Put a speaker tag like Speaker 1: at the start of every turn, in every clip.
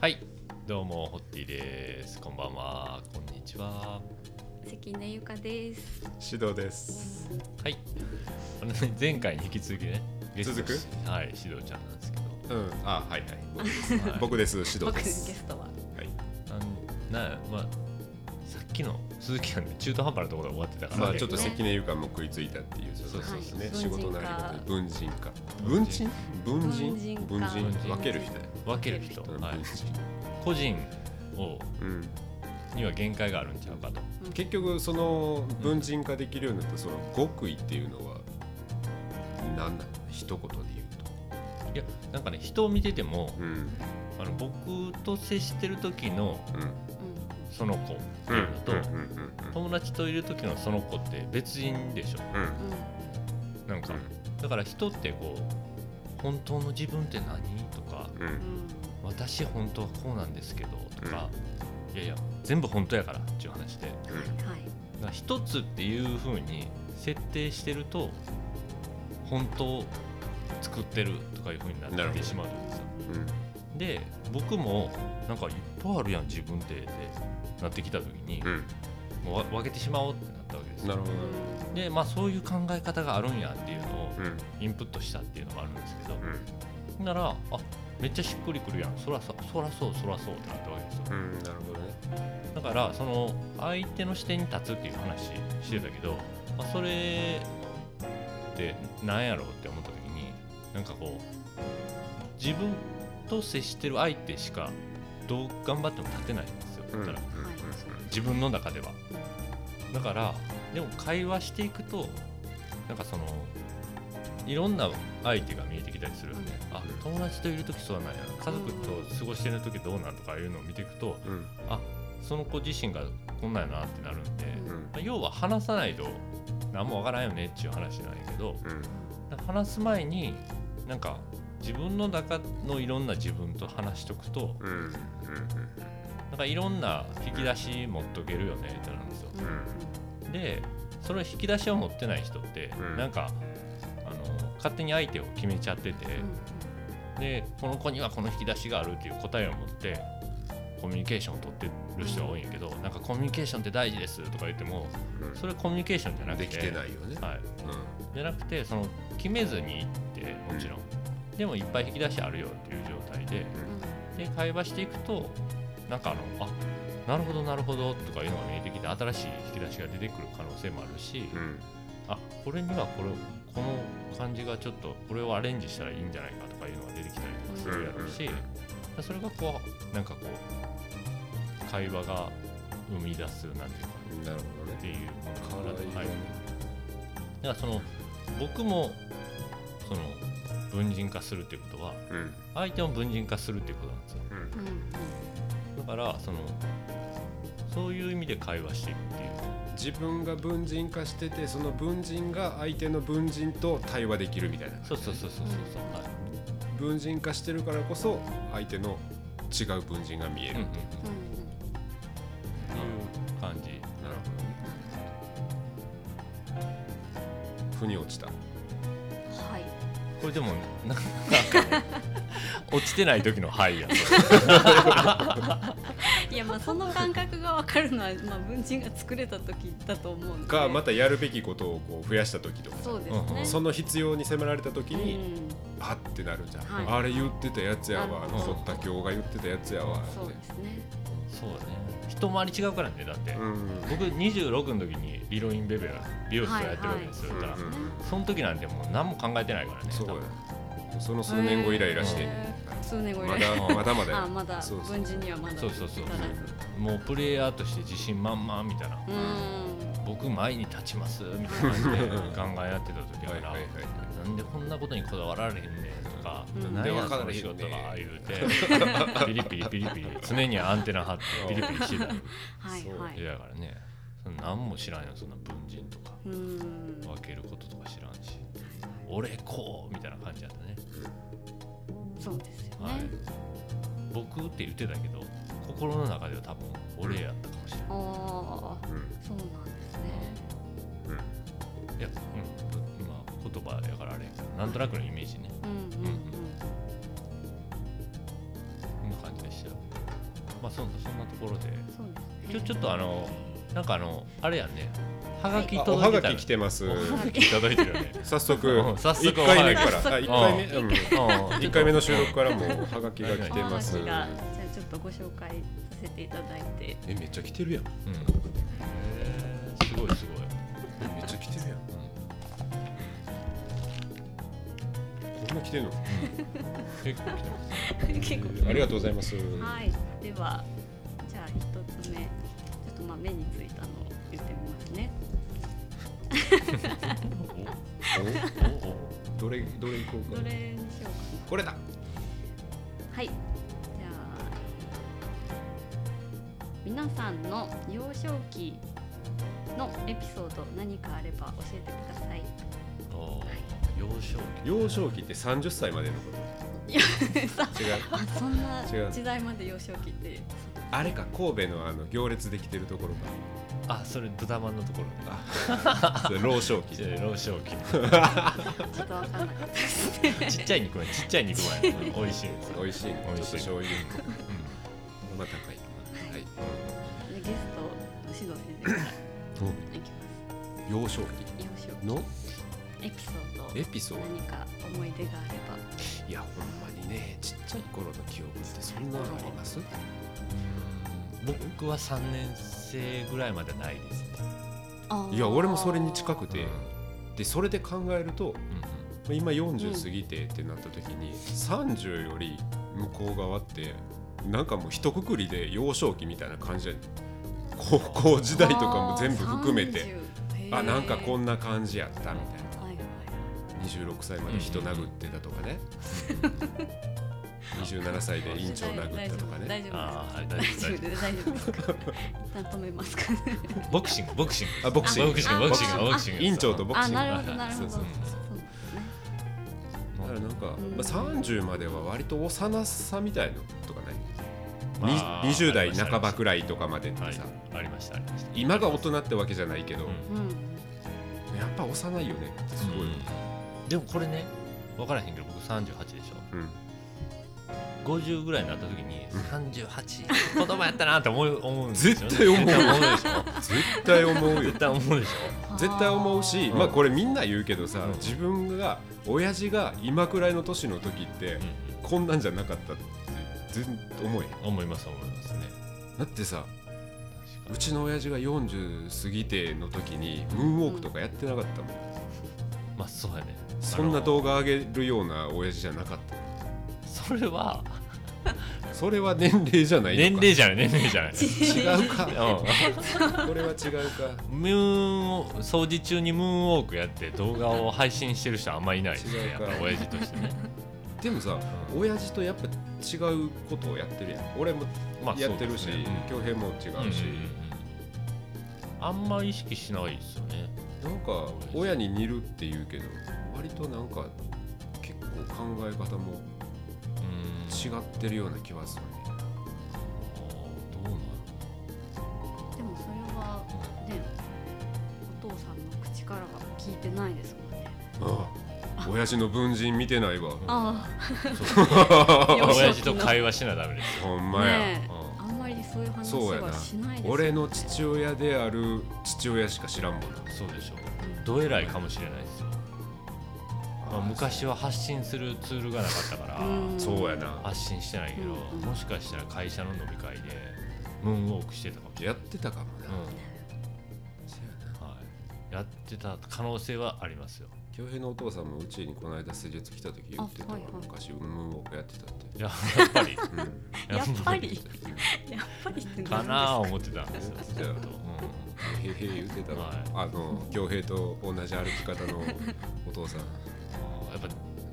Speaker 1: はい、どうも、ホッティです。こんばんは、こんにちは。
Speaker 2: 関根ゆかです。
Speaker 3: 指導です。
Speaker 1: はい。あのね前回に引き続きね、ゲスト
Speaker 3: 続
Speaker 1: くはい、しどちゃんなんですけ ど。
Speaker 3: うん、あ、はいはい。
Speaker 1: はい
Speaker 3: 僕です、指導
Speaker 2: 僕の
Speaker 3: で
Speaker 2: ゲ
Speaker 3: す。
Speaker 2: ストは。
Speaker 3: はい。
Speaker 1: あのなんまあ、さっきの鈴木さんの中途半端なところで終わってたから、
Speaker 3: まあちょっ
Speaker 1: と
Speaker 3: と関根優香も食いついたっていう
Speaker 1: そうそうそう
Speaker 3: ね、
Speaker 2: はい
Speaker 3: 仕事なり文人か文人文人
Speaker 2: 文人か
Speaker 3: 文人
Speaker 1: 文人
Speaker 3: 分ける人だよ
Speaker 1: 分ける人、
Speaker 3: うん
Speaker 1: はい
Speaker 3: 文、人
Speaker 1: 個人を
Speaker 3: うん
Speaker 1: には限界があるんちゃうかと。
Speaker 3: 結局その文人化できるようになったその極意っていうのは何なの一言で言うと
Speaker 1: いや、なんかね、人を見てても、
Speaker 3: うん
Speaker 1: あの僕と接してる時の
Speaker 3: うん
Speaker 1: その子って
Speaker 3: う
Speaker 1: い
Speaker 3: ん
Speaker 1: うのと、
Speaker 3: うんうん
Speaker 1: 友達といる時のその子って別人でしょ。
Speaker 3: うん
Speaker 2: うん
Speaker 1: なんか、だから人ってこう本当の自分って何とか
Speaker 3: うんうん
Speaker 1: 私本当はこうなんですけどとか、いやいや全部本当やからっていう話でだか
Speaker 3: うん
Speaker 2: うんはい。
Speaker 1: ら一つっていう風に設定してると本当を作ってるとかいう風にな
Speaker 3: なる
Speaker 1: っ
Speaker 3: ほ
Speaker 1: て
Speaker 3: ど
Speaker 1: しまうんですよ
Speaker 3: うん
Speaker 1: で僕もなんかいっぱいあるやん自分ってってなってきた時に、
Speaker 3: うん
Speaker 1: もうわ分けてしまおうってなったわけです
Speaker 3: な
Speaker 1: よ
Speaker 3: るほどなる
Speaker 1: でまあそういう考え方があるんやっていうのを
Speaker 3: ほどうん
Speaker 1: インプットしたっていうのがあるんですけど、
Speaker 3: うん
Speaker 1: ならあめっちゃしっくりくるやんそらそそらそうそらそうってなったわけですよ
Speaker 3: うんなるほどね
Speaker 1: だからその相手の視点に立つっていう話してたけど、まあ、それってなんやろうって思った時になんかこう自分と接してる相手しかどう頑張っても立てないんですよ、
Speaker 3: うんうん
Speaker 1: だから
Speaker 3: うん
Speaker 1: 自分の中ではだからでも会話していくとなんかそのいろんな相手が見えてきたりするよね、あ友達といる時そうなんや家族と過ごしてる時どうなんとかいうのを見ていくと
Speaker 3: うん
Speaker 1: あその子自身がこんなんやなってなるんで、
Speaker 2: うん
Speaker 3: うん
Speaker 1: まあ要は話さないと何もわからんよねっていう話なんやけど
Speaker 3: うん
Speaker 1: 話す前になんか自分の中のいろんな自分と話しとくと
Speaker 3: うんうんうん
Speaker 1: なんかいろんな引き出し持っとけるよねってなるんですよ。
Speaker 2: うんうん
Speaker 1: でその引き出しを持ってない人って、
Speaker 3: うん
Speaker 1: なんかあの勝手に相手を決めちゃってて、でこの子にはこの引き出しがあるっていう答えを持ってコミュニケーションを取ってる人が多いんやけど、なんかコミュニケーションって大事ですとか言っても
Speaker 3: うん
Speaker 1: それコミュニケーションじゃなくて
Speaker 3: できてないよね
Speaker 1: はい、
Speaker 3: う
Speaker 1: じゃなくてその決めずにってもちろん、でもいっぱい引き出しあるよっていう状態でで会話していくとなんかあのあなるほどなるほどとかいうのが見えてきて新しい引き出しが出てくる可能性もあるし、
Speaker 3: んうん
Speaker 1: あこれにはこれこの感じがちょっとこれをアレンジしたらいいんじゃないかとかいうのが出てきたりとかするやろうし、
Speaker 3: うんうんうん
Speaker 1: それがこうなんかこう会話が生み出すなんていうか
Speaker 3: なるほど
Speaker 1: って
Speaker 3: ね
Speaker 1: いうもの
Speaker 3: 体
Speaker 1: だ,、はい、
Speaker 3: ね
Speaker 1: だからその僕もその文人化するっていうことは
Speaker 3: うん
Speaker 1: 相手も文人化するっていうことなんですよ
Speaker 2: う
Speaker 3: うん
Speaker 2: ん
Speaker 1: だからそのそういう意味で会話していくっていう
Speaker 3: 自分が文人化しててその文人が相手の文人と対話できるみたいな
Speaker 1: そうそうそうそうそうそう、はい
Speaker 3: 文人化してるからこそ相手の違う文人が見え
Speaker 1: うん
Speaker 3: る
Speaker 1: うんうん、っていう
Speaker 2: うん
Speaker 1: 感じ
Speaker 3: なるほどふに落ちた
Speaker 2: うんはい。
Speaker 1: これでもなんか落ちてない時の「はい」やん
Speaker 2: いやまあその感覚がわかるのはまあ文人が作れた時だと思うんで。
Speaker 3: がまたやるべきことをこう増やした時とか
Speaker 2: そうですね。
Speaker 3: その必要に迫られた時
Speaker 2: う
Speaker 3: に
Speaker 2: ん
Speaker 3: あってなるじゃん、
Speaker 2: はい
Speaker 3: あれ言ってたやつやわ
Speaker 2: うん
Speaker 3: 堀田京が言ってたやつやわ
Speaker 2: そうですね。
Speaker 1: そうだね一回り違うからねだって、
Speaker 3: うんうん
Speaker 1: 僕26の時にリロインベベラ美容室をやってるわけですよ、
Speaker 3: うん
Speaker 1: だ
Speaker 3: う
Speaker 1: から
Speaker 3: ん
Speaker 1: その時なんてもう何も考えてないからね
Speaker 3: そう
Speaker 1: 多
Speaker 3: だ
Speaker 1: 分
Speaker 3: よその数年後イライラして、
Speaker 2: へー数年後以
Speaker 3: ま
Speaker 2: 来。
Speaker 3: だまだまだよ
Speaker 2: あまだ
Speaker 3: そうそう
Speaker 2: 文人にはまだ
Speaker 1: そうそうそう
Speaker 2: 至らず
Speaker 1: もうプレイヤーとして自信満々みたいな、
Speaker 2: うん
Speaker 1: 僕前に立ちますみたいな感じでガンガンやってた時
Speaker 3: は
Speaker 1: か
Speaker 3: い
Speaker 1: ら、
Speaker 3: はいはい
Speaker 1: なんでこんなことにこだわられへんねんとか、
Speaker 2: うん
Speaker 1: なんや
Speaker 3: な
Speaker 1: そ
Speaker 3: んでわか
Speaker 1: の
Speaker 3: らへ
Speaker 1: 仕
Speaker 3: んね
Speaker 1: 事
Speaker 3: ん
Speaker 1: が言うてピリピリピリピリ常にアンテナ張ってピリピリしてた
Speaker 2: はいは
Speaker 1: え
Speaker 2: い。
Speaker 1: だからねそんな何も知らんよそんな文人とか
Speaker 2: うん
Speaker 1: 分けることとか知らんし俺こうみたいな感じだったね
Speaker 2: そうですよ
Speaker 1: はい
Speaker 2: ね。
Speaker 1: 僕って言ってたけど心の中では多分俺やったかもしれない
Speaker 2: ああ
Speaker 3: うん
Speaker 2: そうなんですね。
Speaker 3: うん
Speaker 1: いやうんまあ言葉やからあれやけどなんとなくのイメージね
Speaker 2: うんうんうん。
Speaker 1: こんな感じでししちゃうまあそんそんなところで
Speaker 2: そうですね
Speaker 1: 今日ちょっとあのなんかあのあれやんねはがき
Speaker 3: あおは
Speaker 1: 届い
Speaker 3: が
Speaker 1: てた
Speaker 3: き来てます
Speaker 1: いただいてる よね
Speaker 3: 早速
Speaker 1: うん早速
Speaker 3: 1回目か
Speaker 2: お
Speaker 3: ら
Speaker 2: は
Speaker 3: あ
Speaker 2: がき
Speaker 3: 1回目
Speaker 2: うん
Speaker 3: うん
Speaker 1: うん
Speaker 3: 一回目の収録からもうはがきが来てます
Speaker 2: お話がじゃあちょっとご紹介させていただいて
Speaker 3: えめっちゃ来てるやん
Speaker 1: うんへーすごいすごい
Speaker 3: えめっちゃ来てるやん
Speaker 1: う
Speaker 3: こんな来てんの
Speaker 1: ん結構来てます
Speaker 2: 結構
Speaker 3: ありがとうございます
Speaker 2: はいではじゃあ一つ目ちょっとまあ目についたのを言ってみますね
Speaker 1: おおお
Speaker 3: おどれどれいこう
Speaker 2: ど
Speaker 3: かな
Speaker 2: れにしよう
Speaker 3: これだ
Speaker 2: かなはいじゃあ皆さんの幼少期のエピソード何かあれば教えてください
Speaker 1: あー幼少期
Speaker 3: 幼少期って30歳まで のこと違う
Speaker 2: あそんな
Speaker 3: 違う
Speaker 2: 時代まで幼少期って
Speaker 3: あれか神戸のあの行列できてるところ
Speaker 1: あそれ豚まんのところね
Speaker 3: か それ老少期
Speaker 1: じゃあ幼少 期
Speaker 2: ちょっとわかんなかったですね
Speaker 1: ちっちゃい肉まんちっちゃい肉まん やね美味しいんですよ
Speaker 3: 美味しいね
Speaker 1: 美味
Speaker 3: ちょっと
Speaker 1: しい
Speaker 3: 醤油
Speaker 1: う
Speaker 3: まあ高いかなはい
Speaker 2: ゲストの獅童先生からいきま
Speaker 3: うん幼
Speaker 2: す
Speaker 3: 少
Speaker 2: 幼少
Speaker 3: 期の
Speaker 2: 期エピソード
Speaker 3: エピソー
Speaker 2: 何か思い出があれば
Speaker 3: ドいやほんまにねちっちゃい頃の記憶ってそんなのあります
Speaker 1: んうん僕は3年生ぐらいまではないですね
Speaker 2: あー
Speaker 3: いや俺もそれに近くて
Speaker 1: うん
Speaker 3: でそれで考えると
Speaker 1: うん
Speaker 3: まあ今40過ぎてってなった時に30より向こう側ってなんかもう一括りで幼少期みたいな感じで高校時代とかも全部含めてあなんかこ
Speaker 2: ん
Speaker 3: んな感じやったみたい
Speaker 2: はいはい
Speaker 3: な26歳まで人殴ってたとかね27歳で院長殴ったとかね
Speaker 2: 大丈
Speaker 1: あー
Speaker 2: 夫
Speaker 1: 大丈夫
Speaker 2: 大丈夫です大丈夫ですか 一旦止めますかね
Speaker 1: うんボクシングボクシング
Speaker 3: あボクシング
Speaker 1: ボクシングボクシング
Speaker 2: あ
Speaker 1: ボクシング
Speaker 3: 院長と
Speaker 1: ボ
Speaker 3: ボク
Speaker 2: あ
Speaker 3: シングだ
Speaker 2: な
Speaker 3: か
Speaker 2: るほどなるほど
Speaker 1: そうそう
Speaker 2: そう
Speaker 3: らなんか、まあ
Speaker 2: うん、
Speaker 3: 30までは割と幼さみたいのとかね、
Speaker 1: まあ
Speaker 3: に20代半ばくらいとかまでってさ、
Speaker 1: はいありましたありました
Speaker 3: 今が大人ってわけじゃないけど、
Speaker 1: うん
Speaker 2: うん
Speaker 3: やっぱ幼いよねってすごい、
Speaker 1: うんでもこれね分からへんけど僕38でしょ
Speaker 3: うん
Speaker 1: 50ぐらいになった時に38子供やったなって思 う思うんですよ、ね、
Speaker 3: 絶対思う
Speaker 1: 絶対思うでしょ
Speaker 3: 絶対思 うよ
Speaker 1: 絶対思うでし
Speaker 3: 絶対思うし、
Speaker 1: うん
Speaker 3: まあこれみんな言うけどさ、
Speaker 1: うん
Speaker 3: 自分が親父が今くらいの年の時って
Speaker 1: ょ、
Speaker 3: こんなんじゃなかったって全然思えへん
Speaker 1: 思います思いますね
Speaker 3: だってさ
Speaker 1: 確か
Speaker 3: うちの親父が40過ぎての時にムーンウォークとかやってなかったもん、
Speaker 1: にまあそうやね
Speaker 3: そん
Speaker 1: あ
Speaker 3: な
Speaker 1: の
Speaker 3: 動画上げるような親父じゃなかった
Speaker 1: それは
Speaker 3: それは年齢じゃないのか
Speaker 1: 年齢じゃない年齢じゃない
Speaker 3: 違うか
Speaker 1: う
Speaker 3: これは違うか
Speaker 1: んムーンを掃除中にムーンウォークやって動画を配信してる人あんまいないですね
Speaker 3: 違
Speaker 1: や
Speaker 3: う
Speaker 1: っ
Speaker 3: か
Speaker 1: ぱ親父としてね
Speaker 3: でもさ
Speaker 1: うん
Speaker 3: 親父とやっぱ違うことをやってるやん俺も
Speaker 1: まあ
Speaker 3: やってるし
Speaker 1: そうですね
Speaker 3: 恭平、も
Speaker 1: うん
Speaker 3: 違うし、
Speaker 1: うんうんうんあんま意識しないですよね
Speaker 3: なんか親に似るって言うけど割となんか結構考え方も
Speaker 1: うん
Speaker 3: 違ってるような気はするね
Speaker 1: あーどうなの
Speaker 2: でもそれはねお父さんの口からは聞いてないですもんね
Speaker 3: ああ親父の文人見てないわ
Speaker 2: あ 幼少期の
Speaker 1: 親父と会話しなダメですよ
Speaker 3: ほん
Speaker 2: あ
Speaker 3: まや、
Speaker 2: ねえ
Speaker 1: うん
Speaker 2: あんまりそういう話
Speaker 3: そうやな
Speaker 2: はしないですもんね
Speaker 3: 俺の父親である父親しか知らんもんな
Speaker 1: そうでしょうどえらいかもしれないですよ、まあ、昔は発信するツールがなかったから
Speaker 2: うん
Speaker 3: そうやな
Speaker 1: 発信してないけど、
Speaker 2: うんうん
Speaker 1: もしかしたら会社の飲み会でムーンウォークしてたかもしれ
Speaker 3: や
Speaker 1: な
Speaker 3: っ
Speaker 1: い、
Speaker 3: てたかも
Speaker 1: う
Speaker 3: な、そうやなん
Speaker 1: はい、やってた可能性はありますよ
Speaker 3: 恭平のお父さんもうちにこの間施術来た時言ってたわ、
Speaker 2: あはいはい
Speaker 3: 昔ウムウォークやって たって、
Speaker 1: いややっぱり
Speaker 3: うん、
Speaker 2: やっぱ りやっぱりって
Speaker 1: かなあ思ってたんですよ
Speaker 3: じゃあ
Speaker 1: う
Speaker 3: へへ言ってたわ、
Speaker 1: はい
Speaker 3: あの恭平と同じ歩き方のお 父さん
Speaker 1: ん、やっぱ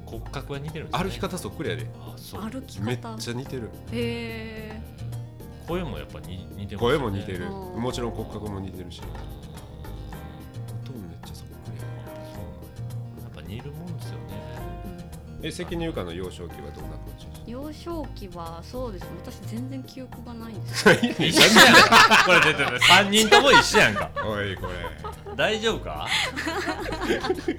Speaker 1: 骨格は似てるんですね
Speaker 3: 歩き方そっくりやで
Speaker 1: あそう
Speaker 2: 歩き
Speaker 3: めっ
Speaker 2: 方
Speaker 3: ちゃ似てる
Speaker 2: へ
Speaker 1: 声もやっぱに似てますよ
Speaker 3: 声も似てる
Speaker 2: あー
Speaker 3: もちろん骨格も似てる
Speaker 1: う
Speaker 3: し
Speaker 1: ん
Speaker 3: 音もめっちゃそっくりや
Speaker 1: そうやっぱ似るもんですよね
Speaker 2: え、
Speaker 3: え関入観の幼少期はどんな感じ
Speaker 2: 幼少期はそうですね私全然記憶がないんです
Speaker 1: 一緒やんこれ出てる3人とも一緒やんか
Speaker 3: おいこ
Speaker 1: 大丈夫か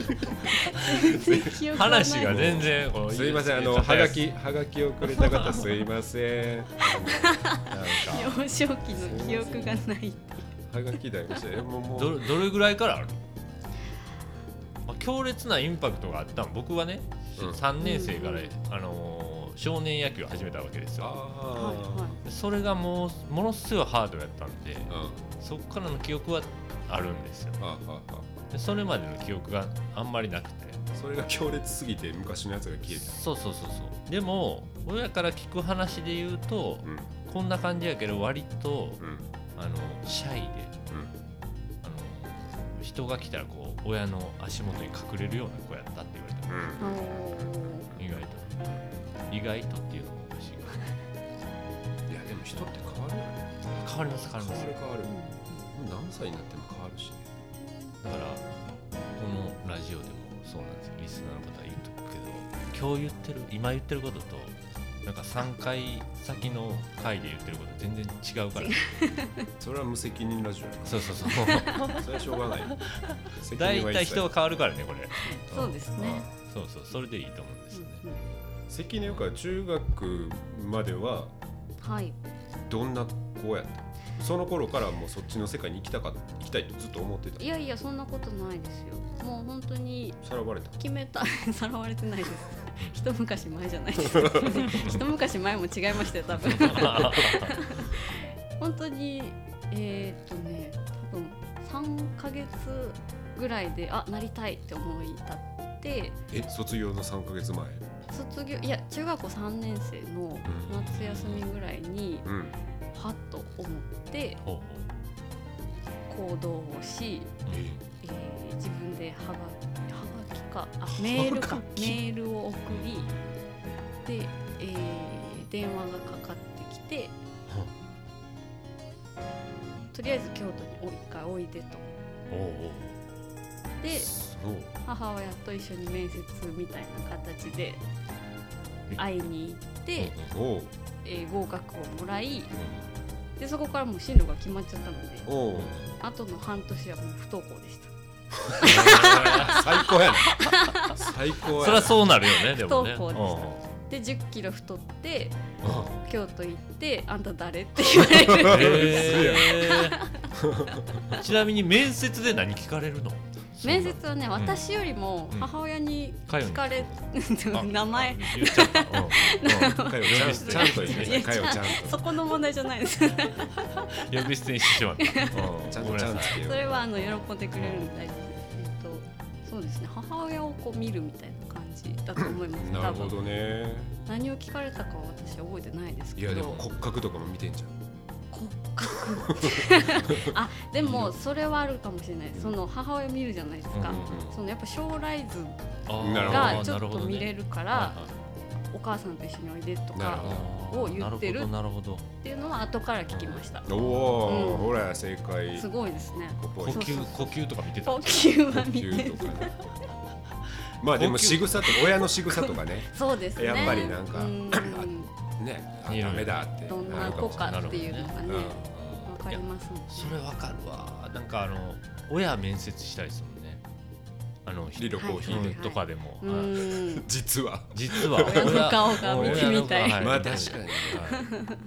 Speaker 2: 全然記憶ない
Speaker 1: 話が全然こう
Speaker 3: すいませんあの
Speaker 1: ちょっと
Speaker 3: は
Speaker 1: 早
Speaker 3: が
Speaker 1: く
Speaker 3: きはがきをくれた方すいませんあのなんか
Speaker 2: 幼少期の記憶がない
Speaker 3: はがきだよえもうも
Speaker 1: ど
Speaker 3: う
Speaker 1: れどれぐらいからあるの、まあ、強烈なインパクトがあったの僕はね、
Speaker 3: うん
Speaker 1: 3年生から、
Speaker 2: うんうん
Speaker 1: あのー少年野球を始めたわけですよ
Speaker 2: は
Speaker 3: あ
Speaker 2: いは
Speaker 1: でそれがもうものすごいハードやったんで
Speaker 3: ーうん
Speaker 1: そこからの記憶はあるんですよ
Speaker 3: あああ
Speaker 1: でそれまでの記憶があんまりなくて
Speaker 3: あそれが強烈すぎて昔のやつが消え
Speaker 1: そうそうそうそうでも親から聞く話で言うと
Speaker 3: た、うん
Speaker 1: こんな感じやけど割と
Speaker 3: うん
Speaker 1: あのシャイであの人が来たらこう親の足元に隠れるような子やったって言われた
Speaker 3: うん
Speaker 2: いお
Speaker 1: 意外と意外とっていうのもおかしい か
Speaker 3: うんいやでも人って変わるよね
Speaker 1: ら変わります変わります
Speaker 3: 変わ
Speaker 2: ー
Speaker 3: る変わる何歳になっても変わるしね
Speaker 1: だからこのラジオでもそうなんですよリスナーの方は言うとくけど今日言ってる今言ってることとなんか3回先の回で言ってること全然違う から
Speaker 3: それは無責任ラジオやか
Speaker 1: そうそうそう
Speaker 3: らそれはしょう がない責
Speaker 1: 大
Speaker 3: 任は
Speaker 1: 体
Speaker 3: 一切
Speaker 1: 人は変わるからねこれ
Speaker 2: そうですね
Speaker 1: そうそうそれでいいと思うんですよね
Speaker 2: うんうん
Speaker 3: 関根由香は中学までは
Speaker 2: はい
Speaker 3: どんな子やったその頃からもうそっちの世界に行きたか行きたいとずっと思ってた
Speaker 2: いやいやそんなことないですよもう本当に
Speaker 3: さらわれた
Speaker 2: 決めた さらわれてないです一昔前じゃないです一昔前も違いましたよ多分本当にえーっとね多分3ヶ月ぐらいであなりたいって思い立って
Speaker 3: え卒業の3か月前
Speaker 2: 卒業いや中学校3年生の夏休みぐらいに
Speaker 3: うん
Speaker 2: はっと思って
Speaker 1: ほうほ
Speaker 2: 行動をし、
Speaker 1: ううん
Speaker 2: えー自分ではがはがきかあメールか
Speaker 3: はが
Speaker 2: メ
Speaker 3: き
Speaker 2: ールを送りで、えー電話がかかってきて
Speaker 1: は
Speaker 2: とりあえず京都にお一回おいでと
Speaker 1: おうおう
Speaker 2: で
Speaker 3: そう
Speaker 2: 母親と一緒に面接みたいな形で会いに行って、
Speaker 3: おう
Speaker 2: えー合格をもらいでそこからもう進路が決まっちゃったので
Speaker 3: おう
Speaker 2: あとの半年はもう不登校でした
Speaker 3: 最高や な最高
Speaker 1: そ
Speaker 3: や
Speaker 1: り
Speaker 3: な
Speaker 1: ゃそうなるよねでもね
Speaker 2: 不登校で
Speaker 1: うん
Speaker 2: で1 0キロ太って
Speaker 3: あ
Speaker 2: 京都行って「あんた誰?」って言われ る
Speaker 1: へ ーちなみに面接で何聞かれるの
Speaker 2: 面接はね
Speaker 1: ん
Speaker 2: 私よりも母親に聞かれ、 名前
Speaker 1: 言っちゃったうんうん
Speaker 3: かよち ゃんちゃんと言いなさいかよちゃん
Speaker 2: そこの問題じゃないです
Speaker 1: 呼び捨てにしてしまった
Speaker 3: とちゃ
Speaker 1: うんんご
Speaker 3: と
Speaker 1: めんな
Speaker 3: ちゃん
Speaker 1: さ
Speaker 3: つ
Speaker 1: い
Speaker 3: けよ
Speaker 2: それはあの喜んでくれるんで大丈夫です、えっとそうですね母親をこう見るみたいな感じだと思います
Speaker 3: な
Speaker 2: 多
Speaker 3: るほ
Speaker 2: 分
Speaker 3: どね
Speaker 2: 何を聞かれたかは私覚えてないです
Speaker 3: い
Speaker 2: け
Speaker 3: やで
Speaker 2: ど
Speaker 3: も骨格とかも見てんじゃん
Speaker 2: 骨格 あでもそれはあるかもしれないその母親見るじゃないですか、
Speaker 1: うん
Speaker 2: そのやっぱ将来図
Speaker 1: あー
Speaker 3: なるほど
Speaker 2: がちょっと見れ
Speaker 1: なる
Speaker 2: るか
Speaker 1: ほどね
Speaker 2: らお母さんと一緒においでと
Speaker 3: なる
Speaker 2: か
Speaker 3: ほど
Speaker 2: を言ってる
Speaker 1: なるほどなる
Speaker 2: っていうのは後から聞きました
Speaker 3: おお、
Speaker 2: うん
Speaker 3: ほら正解
Speaker 2: すごいですね
Speaker 3: こ
Speaker 1: ほ
Speaker 3: こ
Speaker 1: ど呼
Speaker 3: へ
Speaker 2: そう
Speaker 1: 吸呼吸とか見てた
Speaker 2: 呼吸は見て
Speaker 3: 吸とかねまあでも仕草と親の仕草とかね
Speaker 2: そうですね
Speaker 3: やっぱりなんか
Speaker 2: うん
Speaker 3: ねあ
Speaker 1: いろいろ
Speaker 3: ダメだって
Speaker 2: どんな子かっていうのがね
Speaker 3: なるほ
Speaker 2: わかりますね
Speaker 1: それわかるわなんかあの親面接したいですもんねあの
Speaker 3: リロコーヒー
Speaker 1: う
Speaker 3: で、
Speaker 1: んとかでも
Speaker 2: う
Speaker 1: はい
Speaker 2: ん
Speaker 3: 実は
Speaker 1: 実は
Speaker 2: 親の顔が見てみたい
Speaker 1: 親の顔はい
Speaker 3: ま
Speaker 1: は
Speaker 3: あ確かにね
Speaker 1: い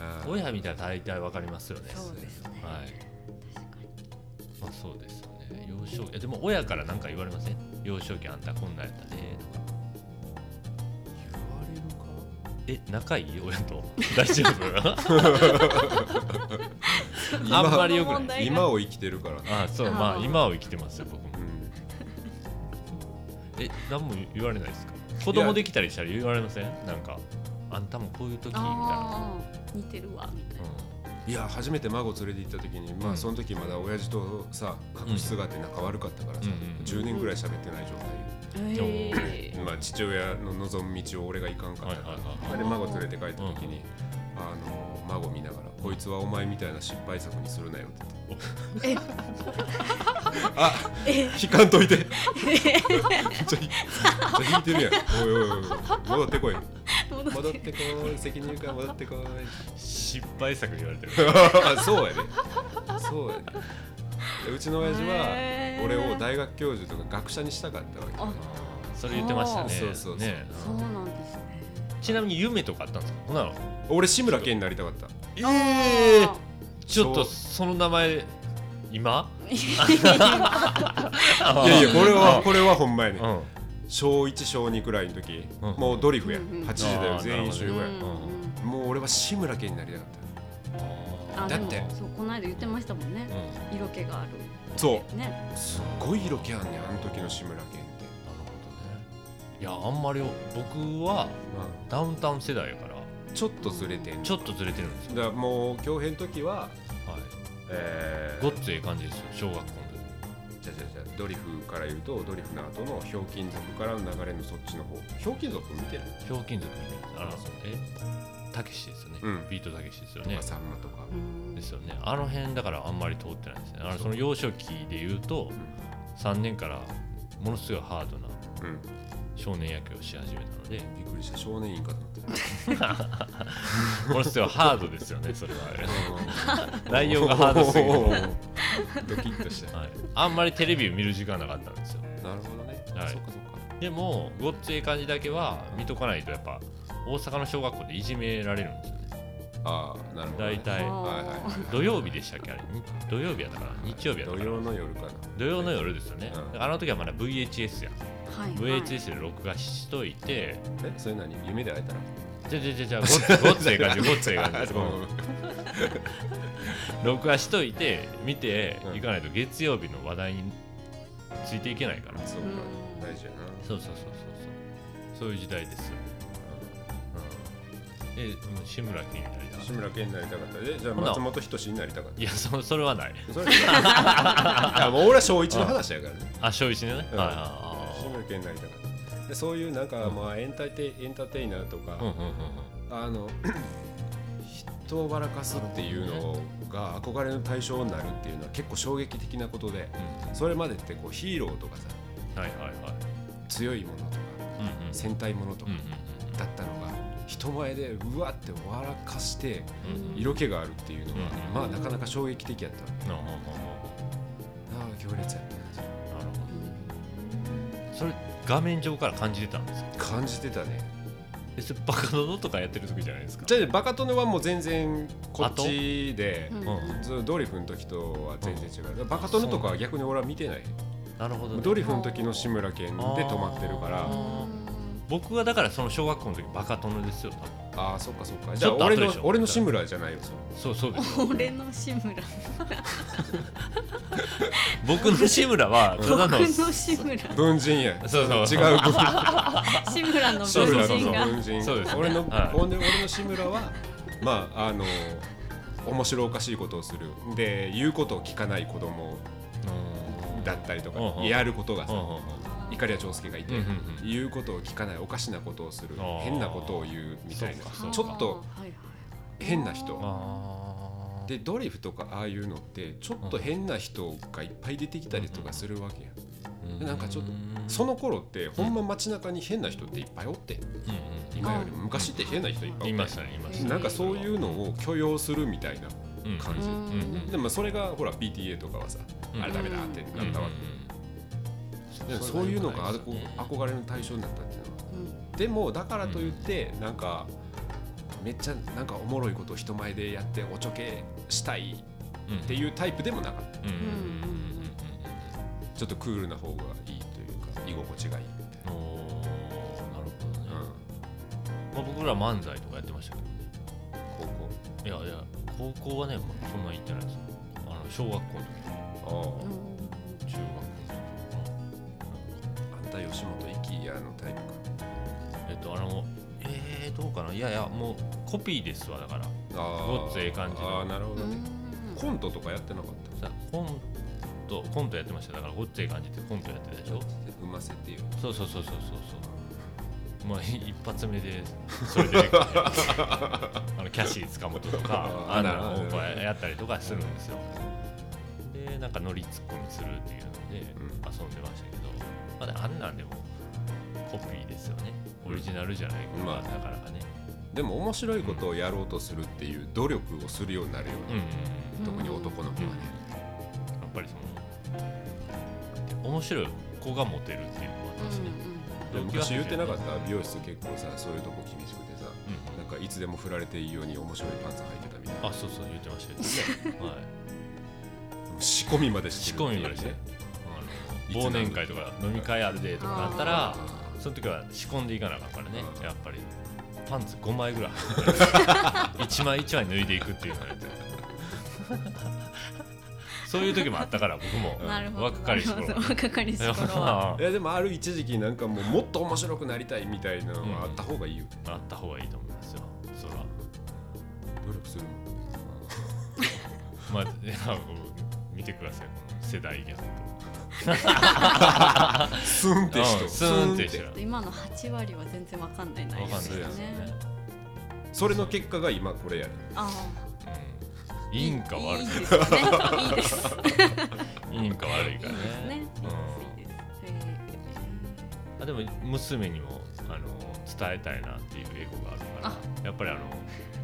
Speaker 3: あー
Speaker 1: 親みたいな大体わかりますよね。
Speaker 2: そうですね
Speaker 1: はい。まあそうですよね。幼少期えでも親から何か言われません。幼少期あんたこんなんやったねとか。言われるか。え仲いい親と 大丈夫？ あんまり良く
Speaker 2: 問
Speaker 1: ない。
Speaker 2: 題が
Speaker 3: 今を生きてるからな
Speaker 1: あそうまあ
Speaker 2: あー
Speaker 1: 今を生きてますよ僕も
Speaker 3: う。ん
Speaker 1: え何も言われないですか。子供できたりしたら言われません。なんかあんたもこういう時みたいな。
Speaker 2: あー似てるわみたいな
Speaker 3: うんいや初めて孫連れて行った時にま
Speaker 1: う
Speaker 3: あ
Speaker 1: ん
Speaker 3: その時まだ親父とさ確執があって仲悪かったから
Speaker 1: う
Speaker 3: さ
Speaker 1: んうん
Speaker 3: 10年ぐらい喋ってない状
Speaker 2: え
Speaker 3: 態まあ父親の望む道を俺が行かんかったから
Speaker 1: はいはいはい
Speaker 3: まあで孫連れて帰った時にあの孫見ながら「こいつはお前みたいな失敗作にするなよ」って言って
Speaker 2: え
Speaker 3: あ
Speaker 2: え
Speaker 3: 引かんといてめっちゃ引めっちゃ引いてるやんおいおいおい戻ってこい
Speaker 2: 戻
Speaker 3: 戻
Speaker 2: っ
Speaker 3: っててこ い責任感戻ってこい
Speaker 1: 失敗作言われてる。
Speaker 3: あそうやねそうやねでうちの親父は
Speaker 2: へー
Speaker 3: 俺を大学教授とか学者にしたかった
Speaker 2: あ
Speaker 3: わけ
Speaker 1: それ言ってましたね
Speaker 3: そうそうそう
Speaker 1: ね
Speaker 2: そうなんですね
Speaker 1: ちなみに夢とかあったんですかほな
Speaker 3: 俺志村けんになりたかった
Speaker 1: え
Speaker 2: あ
Speaker 1: ちょっとその名前今
Speaker 2: ー
Speaker 1: あ
Speaker 3: いやいやこれはこれはほんまやね
Speaker 1: うん
Speaker 3: 小1小2くらいの時
Speaker 1: うん
Speaker 3: もうドリフや
Speaker 2: うんうん
Speaker 3: 8時だ
Speaker 1: あ
Speaker 3: よ
Speaker 1: ー
Speaker 3: 全員
Speaker 1: な
Speaker 3: 集
Speaker 1: る
Speaker 3: 合
Speaker 1: ほ
Speaker 3: や
Speaker 1: どね
Speaker 3: もう俺は志村けんになりたかっ
Speaker 2: あ
Speaker 3: だって
Speaker 2: でもそうこの間言ってましたもん
Speaker 1: う
Speaker 2: ね
Speaker 1: んなる
Speaker 2: 色気がある
Speaker 3: たそ
Speaker 2: ね
Speaker 3: うすっごい色気あんねんあの時の志村けんって
Speaker 1: ほどねいやあんまり僕はダウンタウン世代やから
Speaker 3: ちょっとずれてんねん
Speaker 1: ちょっとずれてるんですよ、
Speaker 3: だからもう恭平の時は
Speaker 1: はい、
Speaker 3: えー
Speaker 1: ごっつええ感じですよ小学校の
Speaker 3: じゃじゃじゃドリフから言うとドリフの後のひょうきん族からの流れのそっちの方ひょうきん族見てない
Speaker 1: 時ひょうきん族みたいなあのえたけしですよね、
Speaker 3: うん
Speaker 1: ビートたけしですよ
Speaker 3: と
Speaker 1: ね
Speaker 3: かさんまとか
Speaker 2: うん
Speaker 1: ですよねあの辺だからあんまり通ってないですねあのその幼少期で言うと3年からものすごいハードな
Speaker 3: うん、うん、
Speaker 1: 少年野球をし始めたので
Speaker 3: びっくりした少年院かと 思って
Speaker 1: ものすごいハードですよ ねそれは
Speaker 3: た
Speaker 1: 内容がハードすぎる、
Speaker 3: お
Speaker 1: は
Speaker 3: ー ドキッとした
Speaker 1: い、あんまりテレビを見る時間なかったんですよ
Speaker 3: なるほどね、
Speaker 1: はい
Speaker 3: そっかそっか
Speaker 1: でもごっつええ感じだけは見とかないとやっぱ大阪の小学校でいじめられるんですよね
Speaker 3: ああなるほど、ね、
Speaker 1: 大体
Speaker 2: あー
Speaker 3: はいはいはい
Speaker 1: 土曜日でしたっけあれに土曜日やったかな日曜日やったか
Speaker 3: 土
Speaker 1: な
Speaker 3: 曜の夜かな
Speaker 1: 土曜の夜ですよね、
Speaker 3: うん
Speaker 1: だからあの時はまだ VHS や
Speaker 2: はいはい
Speaker 1: VHS で録画しといて、
Speaker 3: えそれ何夢で会えたら
Speaker 1: じゃじゃじゃじゃごっつごっつええ感じごっつええ感じ
Speaker 3: ごめんご
Speaker 1: う
Speaker 3: めん
Speaker 1: ん録画しといて見て
Speaker 3: うん
Speaker 1: いかないと月曜日の話題についていけないから、
Speaker 3: そうか
Speaker 2: うん
Speaker 3: 大事やな
Speaker 1: そうそうそうそうそうそういう時代ですよ、うん、でうん志村けんになりたかった
Speaker 3: 志村けんになりたかったえじゃあ
Speaker 1: ほな
Speaker 3: 松本人志になりたかっ
Speaker 1: いやそそれはない
Speaker 3: たそ れいやもう俺は小一の話やからね
Speaker 1: あ小一ね、はい
Speaker 3: うん
Speaker 1: はい
Speaker 3: 志村けんになりたかったでそういうなんか、
Speaker 1: うん
Speaker 3: まあエンターテイエンターテイナーとか、
Speaker 1: はいはいうんうんうん
Speaker 3: あの 人を笑かすっていうのが憧れの対象になるっていうのは結構衝撃的なことでそれまでってこうヒーローとかさ
Speaker 1: うんはいはいはい
Speaker 3: 強いものとか
Speaker 1: うんうん
Speaker 3: 戦隊ものと
Speaker 1: う
Speaker 3: か
Speaker 1: んうん
Speaker 3: だったのが人前でうわって笑かして
Speaker 1: うんうん
Speaker 3: 色気があるっていうのは
Speaker 1: うん
Speaker 3: まあなかなか衝撃的やったわ
Speaker 1: なるほど
Speaker 3: ああ強烈やったな
Speaker 1: なるほどそれ画面上から感じてたんですか
Speaker 3: 感じてたね
Speaker 1: えそれバカ殿とかやってる時じゃないですか
Speaker 3: じゃあバカ殿はもう全然こっちで
Speaker 2: うん
Speaker 1: うん
Speaker 3: そのドリフの時とは全然違うだからバカ殿とかは逆に俺は見てない
Speaker 1: なるほど、ね、
Speaker 3: ドリフの時の志村けんで止まってるから
Speaker 1: あ僕はだからその小学校の時バカ殿ですよ多分
Speaker 3: ああそっかそっかじ
Speaker 1: ち
Speaker 3: ゃあ
Speaker 1: ょっと後
Speaker 3: 俺
Speaker 1: でしょ
Speaker 3: の俺の志村じゃないよ
Speaker 1: そうそうです
Speaker 2: 俺の志村
Speaker 1: 僕の志村はただ
Speaker 2: 僕
Speaker 1: の
Speaker 2: の志村
Speaker 3: 文人や
Speaker 1: そうそう
Speaker 3: 違う文
Speaker 2: 志村 の
Speaker 1: そうそう
Speaker 2: 文
Speaker 1: そう
Speaker 2: 人が
Speaker 3: 文人
Speaker 1: そうですね
Speaker 3: 俺の
Speaker 1: はい
Speaker 3: 俺の俺の志村はまああの面白おかしいことをするで言うことを聞かない子供だったりと
Speaker 1: うん
Speaker 3: か
Speaker 1: うん
Speaker 3: やることが
Speaker 1: うんうん
Speaker 3: さ怒りや長介がいて
Speaker 1: うんうんうん
Speaker 3: 言うことを聞かないおかしなことをする
Speaker 1: あー
Speaker 3: 変なことを言うみたいな
Speaker 1: そうかそうか
Speaker 3: ちょっと
Speaker 2: あーはいはい
Speaker 3: 変な人
Speaker 1: あー
Speaker 3: でドリフとかああいうのってちょっと変な人がいっぱい出てきたりとかするわけやん
Speaker 1: うん
Speaker 3: なんかちょっとその頃ってほんま街中に変な人っていっぱいおって
Speaker 1: うんうん
Speaker 3: 今よりも昔って変な人いっぱい
Speaker 1: い
Speaker 3: お
Speaker 1: ま
Speaker 3: っ
Speaker 1: したねいました
Speaker 3: て
Speaker 1: ね
Speaker 3: なんかそういうのを許容するみたいな
Speaker 1: うん
Speaker 3: 感じ
Speaker 2: うん
Speaker 1: うん
Speaker 3: でもそれがほら PTA とかはさ
Speaker 1: うん
Speaker 3: あれダメだって
Speaker 1: うん
Speaker 3: なったわ
Speaker 1: うん
Speaker 3: けでもそういうのがあこ憧れの対象になったっていうのは
Speaker 2: うん
Speaker 3: でもだからといってなんかめっちゃなんかおもろいことを人前でやっておちょけしたい
Speaker 1: うん
Speaker 3: っていうタイプでもなかった
Speaker 1: うんうんうんうん
Speaker 3: ちょっとクールな方がいいというか居心地がいいみたい
Speaker 1: うんうんおーなるほどね
Speaker 3: な、うん、
Speaker 1: まあ、僕ら漫才とかやってましたけどね
Speaker 3: 高
Speaker 1: いやいや高校はね、まあ、そんなに行ってないですよあの小学校の
Speaker 3: 校ああ
Speaker 1: 時中学校の時
Speaker 3: あんた吉本行きやのタイプか。
Speaker 1: えっとあのえー、どうかないやいやもうコピーですわだから
Speaker 3: あ
Speaker 1: ごっつええ感じの
Speaker 3: ああ、なるほどね。コントとかやってなかった。
Speaker 1: さコントコントやってましただからごっつええ感じでコントやってたでしょ
Speaker 3: うませてよ。
Speaker 1: そうそうそうそうそうそうまあい一発目 でそれ出てくるあのキャシー塚本とか
Speaker 3: あー
Speaker 1: あん
Speaker 3: な
Speaker 1: な
Speaker 3: るほど
Speaker 1: のをこうやったりとかするんですよでなんか乗りツッコミするっていうので
Speaker 3: うん
Speaker 1: 遊んでましたけど、まあね、あんなんでもコピーですよねオリジナルじゃないから、
Speaker 3: ま
Speaker 1: な
Speaker 3: あ
Speaker 1: かなかね
Speaker 3: でも面白いことをやろうとするっていう努力をするようになるよ
Speaker 1: うんうん
Speaker 3: ね。特に男の子はね。
Speaker 1: やっぱりその面白い子がモテるっていうのもありますね、
Speaker 3: でも
Speaker 1: 同級
Speaker 3: 昔
Speaker 1: 生
Speaker 3: 言ってなかった美容室結構さそういうとこ厳しくてさ
Speaker 1: うん
Speaker 3: なんかいつでも振られていいように面白いパンツ履いてたみたいな
Speaker 1: あそうそう言ってました言ってまし たはい
Speaker 3: 仕込みまでして
Speaker 1: 仕
Speaker 3: るって
Speaker 1: 込
Speaker 3: い
Speaker 1: み
Speaker 3: う
Speaker 1: ま
Speaker 3: ね
Speaker 1: でして
Speaker 3: いつ
Speaker 1: 忘
Speaker 3: 何
Speaker 1: 年会とか飲み会あるでとかなったら
Speaker 2: あ
Speaker 1: その時は仕込んでいかなあかったからね
Speaker 3: うん
Speaker 1: やっぱりパンツ5枚 ぐらい1枚1枚脱いでいくっていうのをやって そういう時もあったから僕も
Speaker 3: うん
Speaker 2: なるほど
Speaker 1: 若かりし頃
Speaker 2: なるほど若かりし頃 は
Speaker 1: あ
Speaker 3: いやでもある一時期なんかもうもっと面白くなりたいみたいなのはあった方がいいよ、
Speaker 1: った方がいいと思いますよそら
Speaker 3: 努力するもん
Speaker 1: まあいや僕見てくださいこの世代ギャップ
Speaker 3: スンってし
Speaker 1: う
Speaker 3: と
Speaker 1: んスーンってしたら
Speaker 2: 今の8割は全然わかんない内
Speaker 1: 分か
Speaker 2: 容で
Speaker 1: んない
Speaker 2: す
Speaker 1: で
Speaker 2: よ
Speaker 1: すよ
Speaker 2: ね
Speaker 1: ね。
Speaker 3: それの結果が今これやね
Speaker 2: あ
Speaker 1: うんいいんか悪
Speaker 2: い
Speaker 1: い
Speaker 2: い
Speaker 1: か
Speaker 2: ですね。いいです。
Speaker 1: いいんか悪い
Speaker 2: いい
Speaker 1: か
Speaker 2: です
Speaker 1: ね
Speaker 2: ね。いいです。
Speaker 1: あでも娘にもあの伝えたいなっていうエゴがあるからやっぱりあの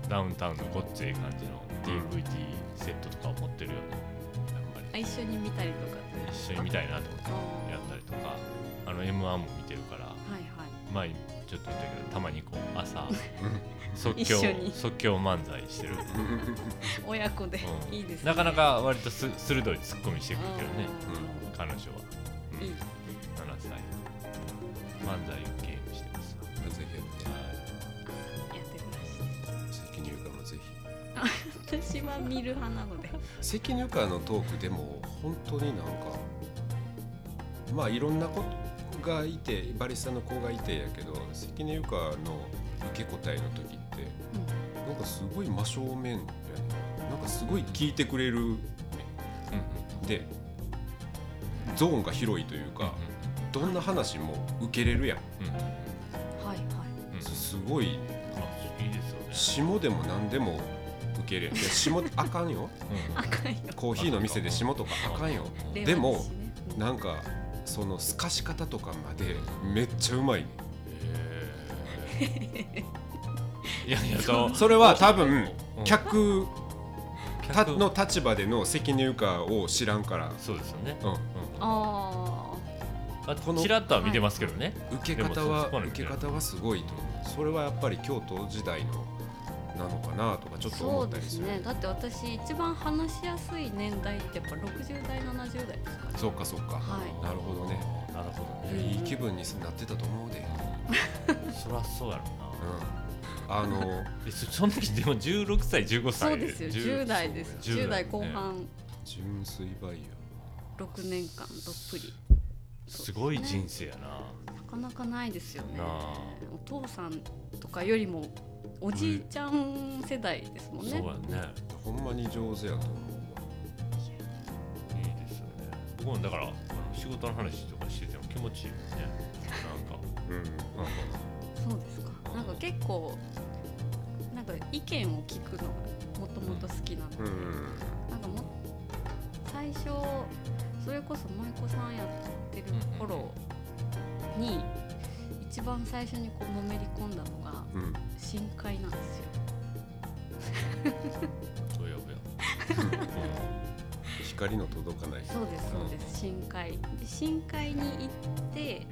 Speaker 1: ダウンタウンのこっちええ感じの DVD セットとかを持ってるよねやっぱ
Speaker 2: あ
Speaker 1: り
Speaker 2: 一緒に見たりとかって。
Speaker 1: 一緒に見たいなと思って
Speaker 2: あー
Speaker 1: やったりとかあの m 1も見てるから
Speaker 2: はいはい。
Speaker 1: 前にちょっと言ったけどたまにこう朝 即
Speaker 2: 一
Speaker 1: 興
Speaker 2: 緒に
Speaker 1: 即興漫才してる、
Speaker 2: 親子で
Speaker 1: うん
Speaker 2: いいですね。
Speaker 1: なかなか割とす鋭いツッコミしてくるけどね
Speaker 2: あ
Speaker 1: 彼女は、うん
Speaker 2: ー。いい。
Speaker 1: 7歳漫才をゲームしてます
Speaker 3: ぜひ
Speaker 2: やって
Speaker 3: 責任感もぜひ
Speaker 2: ください。私は見る派なので。
Speaker 3: 関入会のトークでも本当になんかまあいろんな子がいてバリスタの子がいてやけど関入会の受け答えの時ってなんかすごい真正面やねなんかすごい聞いてくれるね
Speaker 1: うん
Speaker 3: でゾーンが広いというかどんな話も受けれるやん
Speaker 1: うんうん
Speaker 2: はいはい。
Speaker 1: うん
Speaker 3: すごい
Speaker 1: あいいです
Speaker 3: 下でも何でも受けれるいや下 あかんよ
Speaker 1: よね、
Speaker 2: 赤いよ。
Speaker 3: コーヒーの店で下とかあかんよ
Speaker 1: で
Speaker 3: でも
Speaker 2: 令和ですしねうん
Speaker 3: なんかそのすかし方とかまでめっちゃうまいね
Speaker 1: いやいやそう
Speaker 3: それは多分
Speaker 1: うん
Speaker 3: 客た
Speaker 1: 客
Speaker 3: の立場での責任感を知らんから、
Speaker 1: そうですよね、
Speaker 3: うん
Speaker 1: うん、
Speaker 2: あ
Speaker 1: あ
Speaker 3: この
Speaker 1: ちらっとは見てますけどね、
Speaker 3: 受け方
Speaker 1: で
Speaker 3: は
Speaker 1: もそこなんだ
Speaker 3: 受け方はすごいと思うそれはやっぱり京都時代のなのかなとかち
Speaker 2: あ。
Speaker 3: ょっと
Speaker 2: そ
Speaker 3: 思
Speaker 2: う
Speaker 3: った
Speaker 2: で
Speaker 3: り
Speaker 2: す
Speaker 3: する
Speaker 2: ね。だって私一番話しやすい年代ってやっぱ60代70代ですかね。
Speaker 3: そうかそうか、
Speaker 2: はい
Speaker 3: なるほどね
Speaker 1: なるほど
Speaker 2: うん
Speaker 1: ね
Speaker 3: いい気分になってたと思うで、
Speaker 1: そりゃそうやろ
Speaker 3: う
Speaker 1: な、
Speaker 3: ん、あの
Speaker 1: えそその時でも16歳15歳
Speaker 2: そうですよ。10代です。
Speaker 1: そうや
Speaker 2: 10代後半
Speaker 3: 純粋バイヤ
Speaker 2: 6年間どっぷり。
Speaker 1: すごい人生やな
Speaker 2: なかなかないですよね
Speaker 1: なあ。
Speaker 2: お父さんとかよりもおじいちゃん世代ですもん
Speaker 1: そう
Speaker 2: ね。
Speaker 1: やね
Speaker 3: ーほんまに上手やと思
Speaker 1: い
Speaker 3: う
Speaker 1: いですよね僕もだからあの仕事の話とかしてても気持ちいいですねなんか
Speaker 3: わ、うん
Speaker 1: なんか
Speaker 2: そうですか。なんか結構なんか意見を聞くのがもともと好きなので、
Speaker 3: うん
Speaker 2: なんかも最初それこそ舞妓さんやってる頃に一番最初にこうのめり込んだのが
Speaker 3: うん
Speaker 2: 深海なんですよ。
Speaker 1: おやおや
Speaker 3: 光の届かない
Speaker 2: そうですそうです深海で深海に行ってで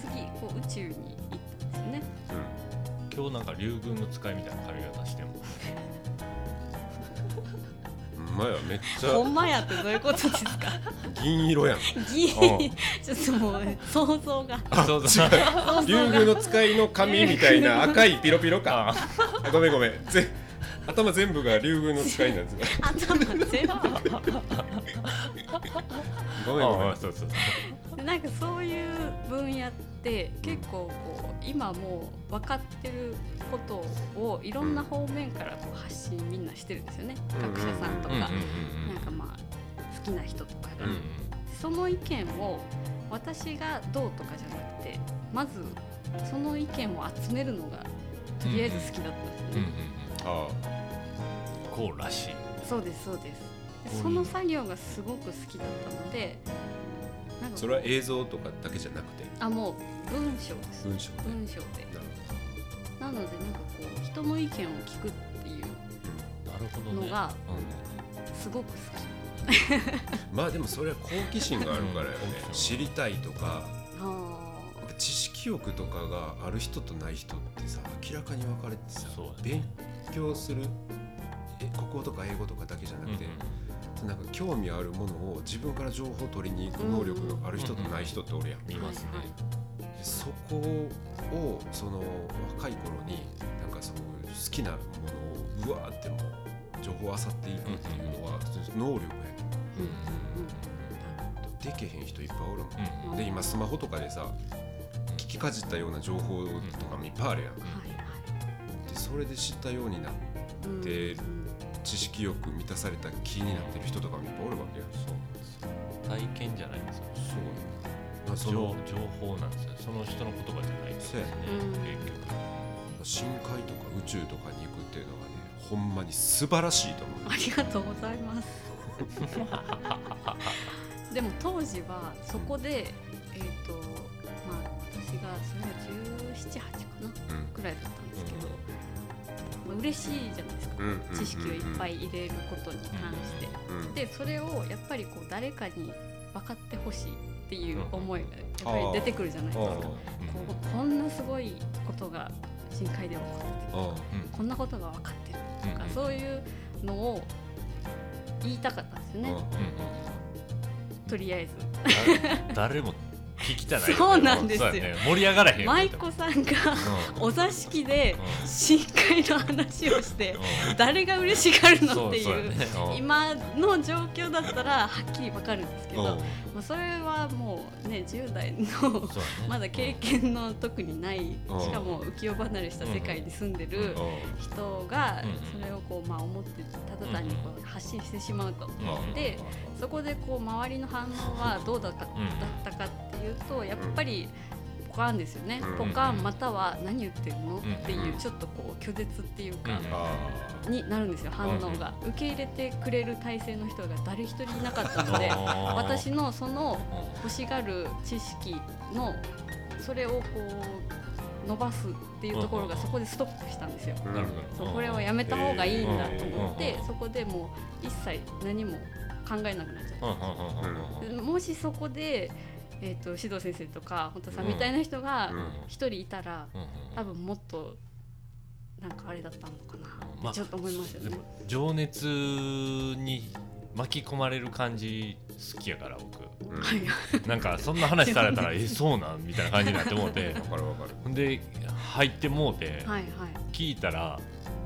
Speaker 2: 次こう宇宙に行ったんですよね
Speaker 3: う
Speaker 1: 今日なんか竜軍の使いみたいな髪型しても
Speaker 3: ん、ほんまやめっち
Speaker 2: ほ
Speaker 3: ゃ
Speaker 2: んまやってどういうことですか
Speaker 3: 銀色やん
Speaker 2: ギ
Speaker 1: う
Speaker 2: リちょっともう想像が
Speaker 1: そうそう
Speaker 2: 想
Speaker 3: 竜
Speaker 2: 像
Speaker 3: 宮
Speaker 2: が
Speaker 3: の使いの髪みたいな赤いピロピロかあごめんごめんぜ頭全部が竜宮の使いなんです が
Speaker 2: 頭全部
Speaker 3: ごめんごめん
Speaker 1: ああそうそうそう
Speaker 2: でなんかそういう分野って結構こう今もう分かってることをいろんな方面からこう発信みんなしてるんですよね
Speaker 3: うん
Speaker 2: 学者さんと
Speaker 1: うんうん
Speaker 2: かなんかまあ好きな人とかが
Speaker 1: うんうん
Speaker 2: その意見を私がどうとかじゃなくてまずその意見を集めるのがとりあえず好きだったんです
Speaker 1: うんうんう
Speaker 2: よ
Speaker 1: ん
Speaker 2: ね、
Speaker 3: あ
Speaker 1: こうらしい
Speaker 2: そうですそうですで
Speaker 1: うん
Speaker 2: その作業がすごく好きだったのでなんか
Speaker 3: それは映像とかだけじゃなくて
Speaker 2: あもう文章です
Speaker 3: 文章で、
Speaker 2: 文章で
Speaker 3: なる
Speaker 2: なのでなんかこう人の意見を聞くってい
Speaker 3: ほど
Speaker 1: なるほ
Speaker 2: う
Speaker 1: ど
Speaker 2: の
Speaker 1: ね
Speaker 2: が
Speaker 1: うん
Speaker 2: すごく好き
Speaker 3: まあでもそれは好奇心があるからよね
Speaker 1: うん
Speaker 3: 知りたいとか
Speaker 2: あ
Speaker 3: やっぱ知識欲とかがある人とない人ってさ明らかに分かれてさ、
Speaker 1: そうだ
Speaker 3: 勉強するえ国語とか英語とかだけじゃなくて、なんか興味あるものを自分から情報を取りに行く能力のある人とない人っておるやん、
Speaker 1: 見ますね、
Speaker 2: はいはい
Speaker 3: でそこをその若い頃になんかそういう好きなものをうわーってもう情報を漁っていくっていうのは、能力やと
Speaker 2: ーう
Speaker 3: 思
Speaker 2: んうん
Speaker 3: うでけへん人いっぱいおるもん
Speaker 1: うん
Speaker 3: で今スマホとかでさ聞きかじったような情報とかもいっぱいあるやんで
Speaker 2: はいは
Speaker 3: それで知ったようにな
Speaker 2: いう
Speaker 3: で
Speaker 2: ん
Speaker 3: 知識欲満たされた気になってる人とかもいっぱいおるわけやん
Speaker 1: そうなんですよ体験じゃないんですよ
Speaker 3: すごいなそ
Speaker 1: 情
Speaker 3: の
Speaker 1: 情報なんですよその人の言葉じゃないですね
Speaker 2: そうやね
Speaker 1: 結局
Speaker 3: 深海とか宇宙とかに行くっていうのはねほんまに素晴らしいと思う
Speaker 2: ありがとうござい ます。でも当時はそこで、えっ、と、まあ、私がそれが十七八かな、
Speaker 3: うん
Speaker 2: くらいだったんですけど。まあ、嬉しいじゃないですか。
Speaker 3: うんうんうんうん
Speaker 2: 知識をいっぱい入れることに関して。
Speaker 3: うん
Speaker 2: で、それをやっぱりこう誰かに分かってほしいっていう思いがやっぱり出てくるじゃないですか。こ
Speaker 1: うん
Speaker 2: うこんなすごいことが深海で起こってる。
Speaker 3: ああ
Speaker 1: うん
Speaker 2: こんなことが分かってる。
Speaker 1: うん
Speaker 2: とか、
Speaker 1: うん
Speaker 2: そういうのを言いたかったんですよ
Speaker 3: うんうん
Speaker 2: ね、とりあえず
Speaker 1: 誰誰も聞きたない
Speaker 2: そうなんですよ
Speaker 1: そうやね、盛り上がらへんよ
Speaker 2: 舞子さんが
Speaker 1: う ん
Speaker 2: お座敷で
Speaker 1: うん
Speaker 2: 深海の話をして
Speaker 1: う
Speaker 2: 誰が嬉しがる
Speaker 1: んそ
Speaker 2: のって
Speaker 1: そ
Speaker 2: いう
Speaker 1: やねうん
Speaker 2: 今の状況だったらはっきり分かるんですけど
Speaker 3: うん
Speaker 2: もうそれはもうね10代の
Speaker 1: そうやね
Speaker 2: まだ経験の特にない
Speaker 3: うん
Speaker 2: しかも浮世離れした世界に住んでる
Speaker 3: あ
Speaker 2: 人が
Speaker 1: うん
Speaker 2: それをこうまあ思ってただ単にこう発信してしまうと。
Speaker 1: うん
Speaker 2: でそこでこう周りの反応はどうだったか,、
Speaker 1: うん
Speaker 2: だったかっていうとやっぱりポカーンですよね、
Speaker 3: うん
Speaker 2: ポカーンまたは何言ってるの、
Speaker 1: ん
Speaker 2: っていうちょっとこう拒絶っていうか、
Speaker 1: うん
Speaker 3: あ
Speaker 2: になるんですよ反応が、受け入れてくれる体制の人が誰一人いなかったので
Speaker 1: あー
Speaker 2: 私のその
Speaker 1: うん
Speaker 2: 欲しがる知識のそれをこう伸ばすっていうところが
Speaker 1: うん
Speaker 2: そこでストップしたんですよ。
Speaker 3: うん
Speaker 1: なる
Speaker 2: そ
Speaker 1: ほ
Speaker 2: う
Speaker 1: ど
Speaker 2: これはやめた方がいいんだ
Speaker 3: えー
Speaker 2: と思って、
Speaker 1: うん
Speaker 2: そこでもう一切何も考えなくなっちゃった
Speaker 1: うんうんうんうんうん
Speaker 2: でもしそこで、えー、と指導先生とか本田さんみたいな人が
Speaker 3: うん
Speaker 2: 一人いたら、
Speaker 1: うんうん
Speaker 2: 多分もっとなんかあれだったのかなって、
Speaker 1: まあ
Speaker 2: ちょっと思いますよ
Speaker 1: で
Speaker 2: ね
Speaker 1: も。情熱に巻き込まれる感じ好きやから僕
Speaker 3: うんわ
Speaker 2: はい
Speaker 1: なんかそんな話されたらえそうなんみたいな感じになって思って
Speaker 3: かるわかる
Speaker 1: ほんで入ってもうて
Speaker 2: はいはい
Speaker 1: 聞いたら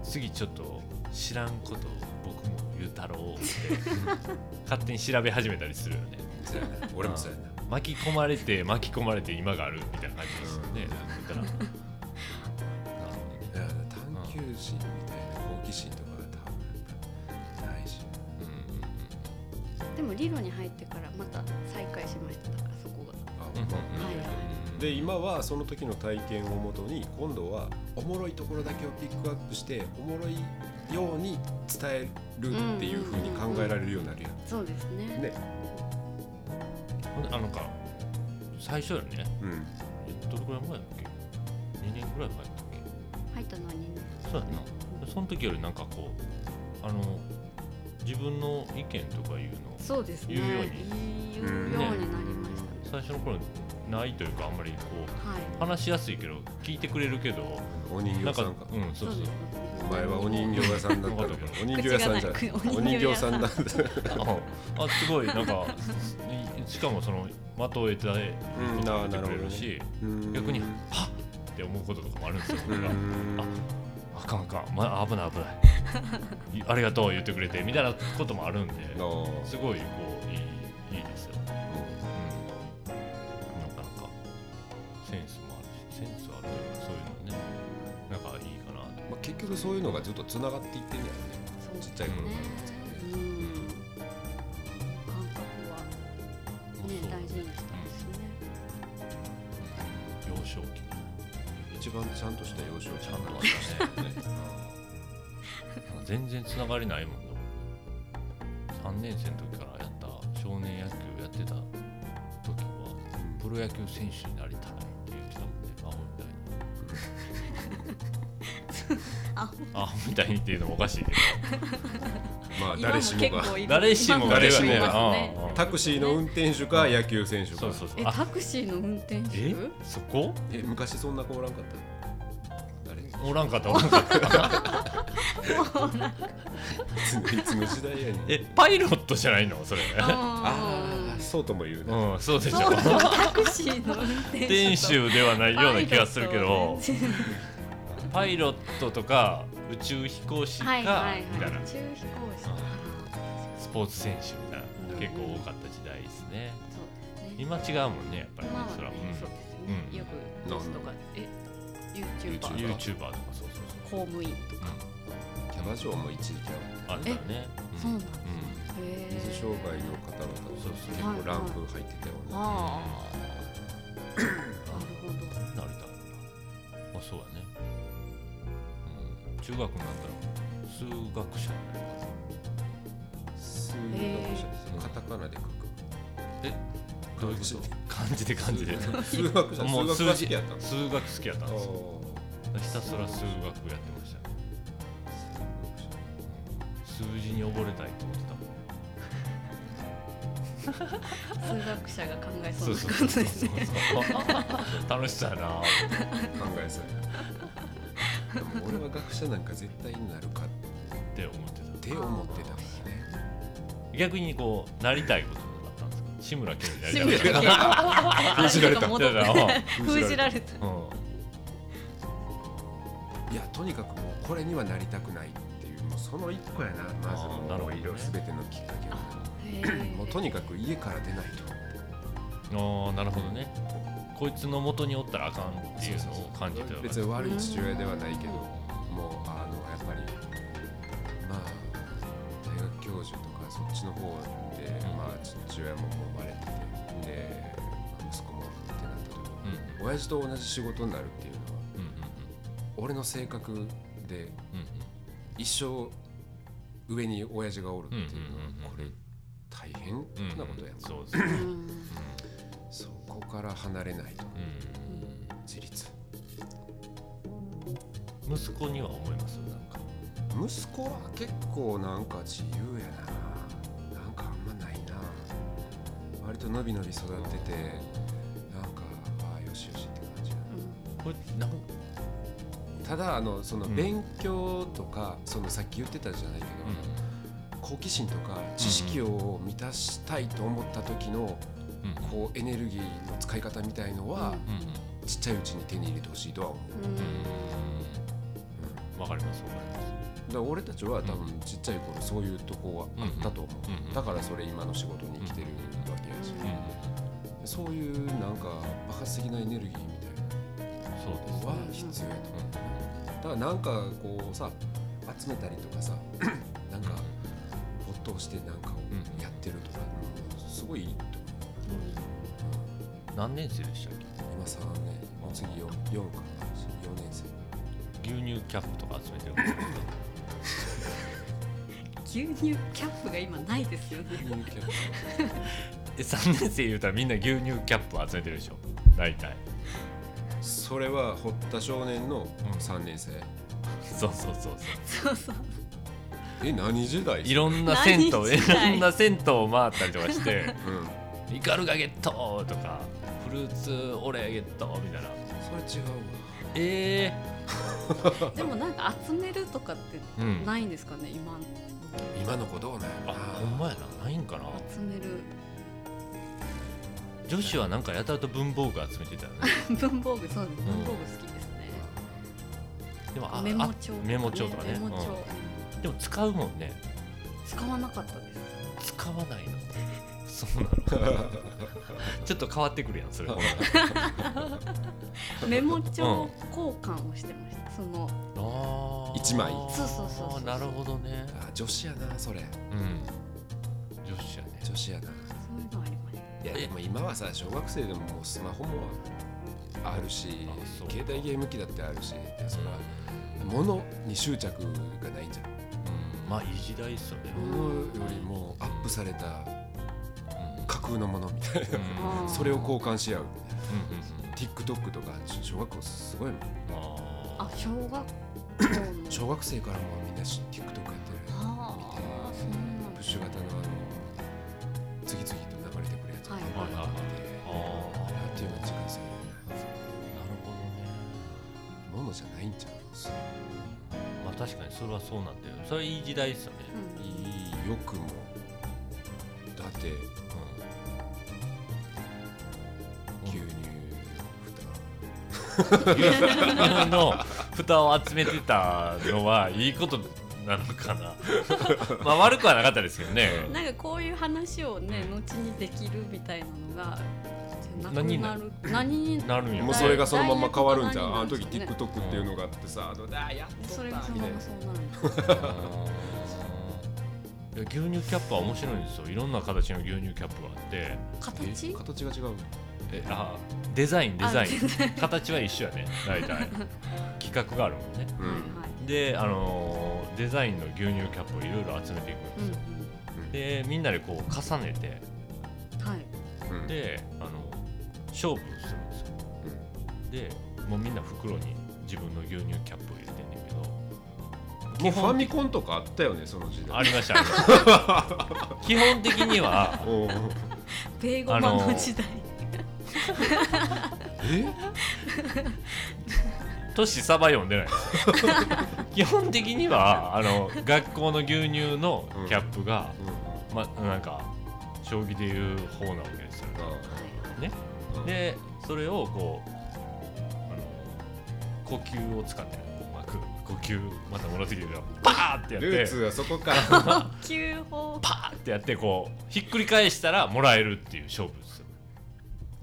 Speaker 1: 次ちょっと知らんことを僕も言うたろうって勝手に調べ始めたりするよね
Speaker 3: そうやな俺もそうやな
Speaker 1: 巻き込まれて巻き込まれて今があるみたいな感じですよねだからなるほどね
Speaker 3: いや探求心みたいな好奇心とかが多分やっぱないし
Speaker 1: うん
Speaker 2: でも理論に入ってからまた再開しましただからそこが。
Speaker 3: あ
Speaker 1: うんうんうん
Speaker 2: はいはい
Speaker 1: うん
Speaker 3: で今はその時の体験をもとに今度はおもろいところだけをピックアップしておもろいように伝えるっていうふうに考えられるようになるやん
Speaker 2: そうですね
Speaker 3: ね
Speaker 1: ほんであのか最初よね
Speaker 3: うん
Speaker 1: えどれくらい前だっけ2年ぐらい前だっけ
Speaker 2: 入ったのは2年
Speaker 1: そうやなその時よりなんかこうあの自分の意見とかいうの
Speaker 2: そうですね
Speaker 1: 言うよう
Speaker 2: 言
Speaker 3: う
Speaker 2: うんようになりましたね。
Speaker 1: 最初の頃ないというかあんまりこ
Speaker 2: はい、
Speaker 1: う話しやすいけど聞いてくれるけど
Speaker 3: お人
Speaker 1: なん
Speaker 3: 形
Speaker 1: か
Speaker 3: さんか
Speaker 1: うんそうそ
Speaker 2: です
Speaker 1: う
Speaker 2: ね
Speaker 3: お前はお人形屋さんだったのか
Speaker 1: よかった
Speaker 3: お人形屋さんじゃないお人形さんだった
Speaker 1: あすごいなんかいしかもその的を得て
Speaker 3: うんあー
Speaker 1: てくれるし逆に「はっ!」って思うこととかもあるんですよ
Speaker 3: う
Speaker 1: 僕が
Speaker 3: ん
Speaker 1: あかんあかん、ま、危ない危ない いありがとう言ってくれてみたいなこともあるんで
Speaker 3: の
Speaker 1: すごいこういいいいですよ、うん、なかなかセンスもあるしセンスあるというかそういうのねなんかいいかなと
Speaker 3: まあ結局そういうのがずっとつながっていってんだよね
Speaker 2: そう
Speaker 3: ちっちゃい頃
Speaker 2: ね
Speaker 3: か
Speaker 2: うん感覚はね
Speaker 1: そう
Speaker 2: 大事にしたんですね。
Speaker 1: 幼少期
Speaker 3: ら一番ちゃんとした幼少期
Speaker 1: ちゃんとあったねなんか全然つながりないもんな僕3年生の時からやった少年野球やってた時はプロ野球選手になりたいって言ってたもんね、アホみたいに。
Speaker 2: あ
Speaker 1: あみたいにっていうのもおかしいけ
Speaker 3: まあ誰しも
Speaker 2: 今
Speaker 3: が
Speaker 2: 結構い
Speaker 1: ど
Speaker 2: る
Speaker 1: 誰しもが
Speaker 3: 誰しもが
Speaker 1: ね
Speaker 2: 今もいますね
Speaker 1: うんうん
Speaker 3: タクシーの運転手か野球選手
Speaker 1: そ
Speaker 3: か
Speaker 1: うそうそう
Speaker 2: え
Speaker 1: あ
Speaker 2: タクシーの運転手
Speaker 1: えそこ
Speaker 3: え昔そんな子おらんかった誰い
Speaker 1: おらんかったおらんかった
Speaker 3: つのいつの時代やねん
Speaker 1: えパイロットじゃないのそれ
Speaker 2: あ
Speaker 3: ああそうとも言うね
Speaker 1: うんそうでし
Speaker 2: ーそ
Speaker 1: ょ
Speaker 2: うそうタクシーの運転手
Speaker 1: 天
Speaker 2: よ
Speaker 1: 守ではないような気がするけどパイロットとか宇宙飛行士か
Speaker 2: はいはい
Speaker 1: みた
Speaker 2: はい
Speaker 1: いな
Speaker 2: 宇宙飛行士
Speaker 1: うんスポーツ選手みたいな結構多かった時代ですね
Speaker 2: そうですね
Speaker 1: 今違うもんねやっぱりね
Speaker 2: 今はね
Speaker 1: そらうん
Speaker 2: そうですね、
Speaker 1: うん
Speaker 2: よくニュースとかえ YouTuber
Speaker 1: ユ
Speaker 2: と
Speaker 1: ー
Speaker 2: か
Speaker 1: チューバーとかそうそう
Speaker 2: 公務員とか、
Speaker 3: キャバ嬢も一時期は
Speaker 1: そうあったねん
Speaker 2: そうなんだ
Speaker 1: う
Speaker 2: へー
Speaker 3: 水障害の方々も
Speaker 1: そうそう
Speaker 3: 結構ランク入ってたよね
Speaker 2: ああなるほど
Speaker 1: んなりたいなあそうやねうん中学になったら数学者になります
Speaker 3: 数学者カタカナで書く
Speaker 1: どういうこと漢字で漢字で
Speaker 3: 数学者
Speaker 1: もう
Speaker 3: 数学
Speaker 1: 数字
Speaker 3: が好きやったんです
Speaker 1: 数学好きやったん
Speaker 3: あ
Speaker 1: ですよ
Speaker 3: ー
Speaker 1: ひたすら数学やってました
Speaker 3: 数学
Speaker 1: 数
Speaker 3: 者
Speaker 1: 字に溺れたいと思ってたもん
Speaker 2: 数学者が考えそうな感じですね
Speaker 1: そう楽しそうやな
Speaker 3: 考えそう やなでも俺は学者なんか絶対になるかっ
Speaker 1: って思って
Speaker 3: て思ってたからね
Speaker 1: た逆にこうなりたいこともあったんですか志村けんになり
Speaker 2: 趣味
Speaker 1: たい
Speaker 2: だ
Speaker 1: こ
Speaker 2: け
Speaker 3: 封じ
Speaker 1: と
Speaker 2: あなんか戻
Speaker 3: られた
Speaker 1: だ
Speaker 2: っ
Speaker 1: から
Speaker 2: て封じられた
Speaker 1: うん
Speaker 3: いやとにかくもうこれにはなりたくないっていうもうその一個やなまず
Speaker 1: あーなるほど
Speaker 3: もう
Speaker 1: ね
Speaker 3: いろいろ全てのきっかけは
Speaker 2: へー
Speaker 3: もうとにかく家から出ないと
Speaker 1: ああなるほどねこいつの元におったらあかんっていうのを感じてたから
Speaker 3: 別に悪い父親ではないけどもうあのやっぱりまあ大学教授とかそっちの方で、
Speaker 1: うん
Speaker 3: まあ父親ももうバレててでまあ息子もってなった時
Speaker 1: うんうん
Speaker 3: 親父と同じ仕事になるっていうのは
Speaker 1: うん
Speaker 3: 俺の性格で
Speaker 1: うん
Speaker 3: 一生上に親父がおるっていう
Speaker 1: うん
Speaker 3: の
Speaker 1: うんうんうん
Speaker 3: はこれ大変
Speaker 1: うんうんうん
Speaker 3: なことやんか、
Speaker 1: そうですね
Speaker 2: うん
Speaker 3: そこから離れないと
Speaker 1: う
Speaker 3: 自立
Speaker 1: ん息子には思いますなんか
Speaker 3: 息子は結構なんか自由やななんかあんまないな割と伸び伸び育っててなんかああよしよしって感じや
Speaker 1: これなんか
Speaker 3: なただあのその
Speaker 1: うん
Speaker 3: 勉強とか、そのさっき言ってたじゃないけど、好奇心とか知識を満たしたいと思った時の
Speaker 1: うんうん
Speaker 3: こうエネルギーの使い方みたいのは、
Speaker 1: うんうん
Speaker 3: ちっちゃいうちに手に入れてほしいとは思う、
Speaker 2: うん
Speaker 1: うんわかりますわかります
Speaker 3: だから俺たちは多分ちっちゃい頃そういうとこはあったと思う、
Speaker 1: うんうん
Speaker 3: だからそれ今の仕事に生きてるわけやし、
Speaker 1: うん
Speaker 3: そういうなんか爆発的なエネルギーみ
Speaker 1: そう
Speaker 3: た
Speaker 1: で
Speaker 3: いな
Speaker 1: す
Speaker 3: の
Speaker 1: ね
Speaker 3: は必要やと思うだからなんかこうさ集めたりとかさなんか没頭してなんかをやってるとか、すごいいいと
Speaker 1: 何年生でしたっけ
Speaker 3: 思う今さねもう次 4, 四か4年 生
Speaker 1: 牛乳キャップとか集めてるんですけど
Speaker 2: 牛乳キャップが今ないですよね
Speaker 3: 入居
Speaker 1: え3年生言うたらみんな牛乳キャップ集めてるでしょ大体
Speaker 3: それは堀田少年の3年生、
Speaker 1: そうそうそうそ
Speaker 2: そうそう
Speaker 3: え何時代
Speaker 1: ういろんな銭湯い
Speaker 2: 何時代
Speaker 1: ろんな銭湯を回ったりとかして
Speaker 3: う
Speaker 1: 「
Speaker 3: ん
Speaker 1: イカルガゲット!」とか「フルーツオレゲット!」みたいな
Speaker 3: それ違うわ
Speaker 1: え
Speaker 2: でもなんか集めるとかって
Speaker 1: えうん
Speaker 2: ないんですかね今
Speaker 3: 今の子どうなんやろ
Speaker 1: あ
Speaker 3: な
Speaker 1: ほんまやなないんかな
Speaker 2: 集める
Speaker 1: 女子はなんかやたらと文房具集めてたよね
Speaker 2: 文房具そうです文房具好きですね
Speaker 1: でもあ
Speaker 2: メモ
Speaker 1: あ
Speaker 2: 帳
Speaker 1: メモ帳とかね
Speaker 2: メモ帳
Speaker 1: うんでも使うもんね
Speaker 2: 使わなかったです
Speaker 1: 使わない のそうなのちょっと変わってくるやんそれあ
Speaker 2: メモ帳交換をしてました。その
Speaker 1: ー
Speaker 3: 一枚
Speaker 2: そうそうそうそう
Speaker 1: なるほどね
Speaker 3: あ女子やなそれ
Speaker 1: うん女子やね
Speaker 3: 女子やな
Speaker 2: そういうのありました。
Speaker 3: いやでも今はさ小学生でももうスマホもあるし
Speaker 1: あそう
Speaker 3: 携帯ゲーム機だってあるしいやそれは
Speaker 1: う
Speaker 3: 物に執着がないんじゃん
Speaker 1: んまあいい時代っすよね
Speaker 3: 物よりもアップされた架空のものみたい
Speaker 1: うんうん
Speaker 2: あー
Speaker 3: なそれを交換し合う
Speaker 1: うんうん
Speaker 3: TikTok とか小学校すごいもん
Speaker 1: あ
Speaker 2: あ、小学
Speaker 3: 小学生からもみんなし TikTok やってる
Speaker 2: ああそうなん
Speaker 3: プ
Speaker 2: だ
Speaker 3: ッシュ型のあの次々と流れてくるやつを
Speaker 2: はい
Speaker 3: 見て
Speaker 1: はいはいああ
Speaker 3: あっという間に
Speaker 1: なる
Speaker 3: 時間過ぎる
Speaker 1: ほどね
Speaker 3: ものじゃないんちゃう
Speaker 1: まあ確かにそれはそうなんだよそれいい時代ですよね、
Speaker 2: うん
Speaker 3: いいよくもだって
Speaker 1: うん
Speaker 3: 牛乳
Speaker 1: 牛乳の蓋を集めてたのはいいことなのかな まあ悪くはなかったですけどね
Speaker 2: なんかこういう話をね後にできるみたいなのがなくなる何に
Speaker 1: なるんや
Speaker 3: 蓋もうそれがそのまま変わるんじゃ
Speaker 2: ダイ
Speaker 3: んあ
Speaker 2: ヤル
Speaker 3: の
Speaker 2: とか
Speaker 3: 時
Speaker 2: になるんです
Speaker 3: TikTok っていうのがあってさどうだやっと
Speaker 2: それ
Speaker 3: っ
Speaker 2: が
Speaker 3: た
Speaker 2: そ
Speaker 3: み
Speaker 2: の
Speaker 3: た
Speaker 2: ま
Speaker 3: いな
Speaker 2: まそうなる
Speaker 1: いや牛乳キャップは面白いんですよいろんな形の牛乳キャップがあって
Speaker 2: 形
Speaker 3: え形が違う
Speaker 1: えあデザインデザイ
Speaker 2: あデザイ
Speaker 1: ン形は一緒やね大体企画があるもんね
Speaker 3: う
Speaker 2: はい
Speaker 3: ん
Speaker 2: はい
Speaker 1: であのーデザインの牛乳キャップをいろいろ集めていくんで
Speaker 2: うん
Speaker 1: すよ、でみんなでこう重ねて
Speaker 2: うんはい
Speaker 3: うん
Speaker 1: であの勝負をするんですよでもうみんな袋に自分の牛乳キャップを入れてんねんけど
Speaker 3: もうファミコンとかあったよねその時代
Speaker 1: ありましたありま した基本的には
Speaker 3: おう
Speaker 2: ベーゴマ
Speaker 1: あの
Speaker 2: の
Speaker 1: ー
Speaker 2: 時代
Speaker 3: え
Speaker 1: 都市サバ読ん でないです基本的にはあの学校の牛乳のキャップが、
Speaker 3: う
Speaker 1: まなんか将棋でいう方なわけですよ
Speaker 3: んあ
Speaker 1: ね
Speaker 3: うん
Speaker 1: でそれをこうあの呼吸を使ってねこう巻く呼吸また戻ってきてるよパーってやって
Speaker 3: ルーツはそこか
Speaker 2: 急報
Speaker 1: パーってやってこうひっくり返したらもらえるっていう勝負ですよ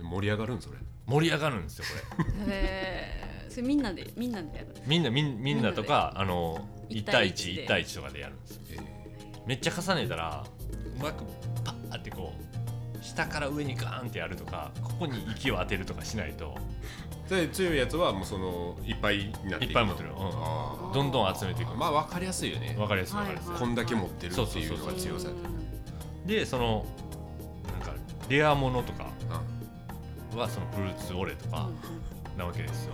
Speaker 3: 盛り上がるんそれ
Speaker 1: 盛り上がるんですよこ れ
Speaker 2: へえそれみんなでみんなでやる
Speaker 1: みんなみんみんなとかあの1
Speaker 2: 一
Speaker 1: 対
Speaker 2: 対
Speaker 1: 1
Speaker 2: 一で
Speaker 1: 一対1とかでやるんですよ
Speaker 3: え
Speaker 1: めっちゃ重ねたらうまくパーってこう下から上にガーンってやるとかここに息を当てるとかしないと
Speaker 3: ーで強いやつはもうそのいっぱいになっていくの
Speaker 1: いっぱい持ってるうん
Speaker 3: あ
Speaker 1: どんどん集めていく
Speaker 3: ーまあ分かりやすいよね
Speaker 1: わかりやすいわ
Speaker 2: は
Speaker 1: か
Speaker 2: い
Speaker 1: りやすい
Speaker 3: こんだけ持ってるっていうのが強さ
Speaker 2: う
Speaker 3: で
Speaker 2: ん
Speaker 1: でそのなんかレアものとか
Speaker 3: あ
Speaker 1: はそのフルーツオレとかなわけですよ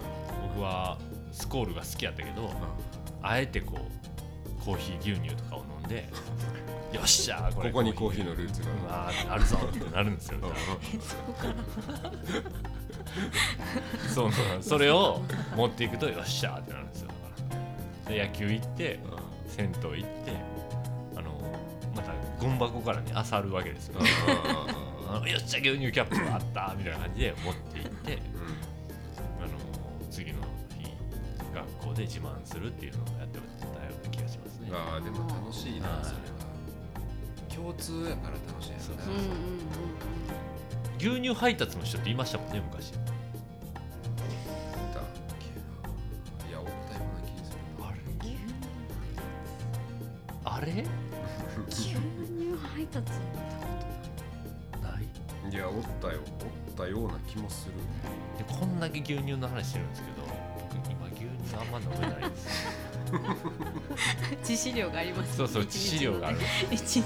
Speaker 1: 僕はスコールが好きやったけどあえてこうコーヒー牛乳とかを飲ん でよっしゃーこ
Speaker 3: こ
Speaker 1: れ
Speaker 3: こにコーヒーのルーツ
Speaker 1: う
Speaker 3: が
Speaker 1: わーあるぞってなるんですよ
Speaker 3: うん
Speaker 1: そうそうそれを持っていくとよっしゃーってなるんですよだからで野球行って
Speaker 3: うんうん
Speaker 1: 銭湯行ってあのまたゴミ箱からね漁るわけですよあのよっしゃ牛乳キャップがあったみたいな感じで持って行って
Speaker 3: う
Speaker 1: あの次の日学校で自慢するっていうのをやってたような気がしますね
Speaker 3: んああでも楽しい
Speaker 1: は
Speaker 3: ないそれは共通やから楽しいやろ
Speaker 1: そう
Speaker 2: うんうんうん
Speaker 1: 牛乳配達の人っていましたもんね昔
Speaker 3: なだっけないやおったような気がする
Speaker 1: あれあれ
Speaker 2: うん牛乳配達
Speaker 1: ない
Speaker 3: いやおったよおったような気もする
Speaker 1: でこんだけ牛乳の話してるんですけど僕今牛乳あんま飲めないんです
Speaker 2: 致死量がありま す
Speaker 1: そうそう致死量がある
Speaker 2: 一日の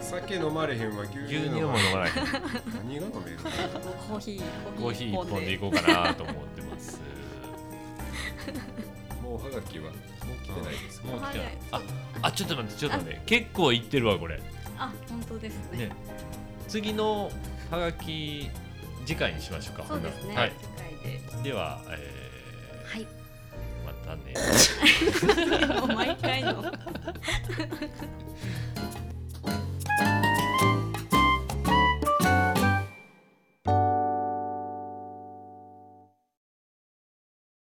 Speaker 3: 酒飲まれへんわ牛乳
Speaker 1: 牛乳
Speaker 3: 飲
Speaker 1: も
Speaker 3: まれへん
Speaker 1: 飲まない
Speaker 3: 何が飲めるの
Speaker 2: コーヒー
Speaker 1: コーヒー一本でいこうかなと思ってます
Speaker 3: もうはがきはもう来てないですか
Speaker 1: もう来てないあ
Speaker 2: はい
Speaker 1: あちょっと待ってちょっと待って結構いってるわこれ
Speaker 2: あ本当ですね
Speaker 1: ね次のハガキ次回にしましょうか
Speaker 2: そうですね、
Speaker 1: はい、
Speaker 2: 次回で
Speaker 1: では、え
Speaker 2: はい
Speaker 1: ー、またね
Speaker 2: もう毎回の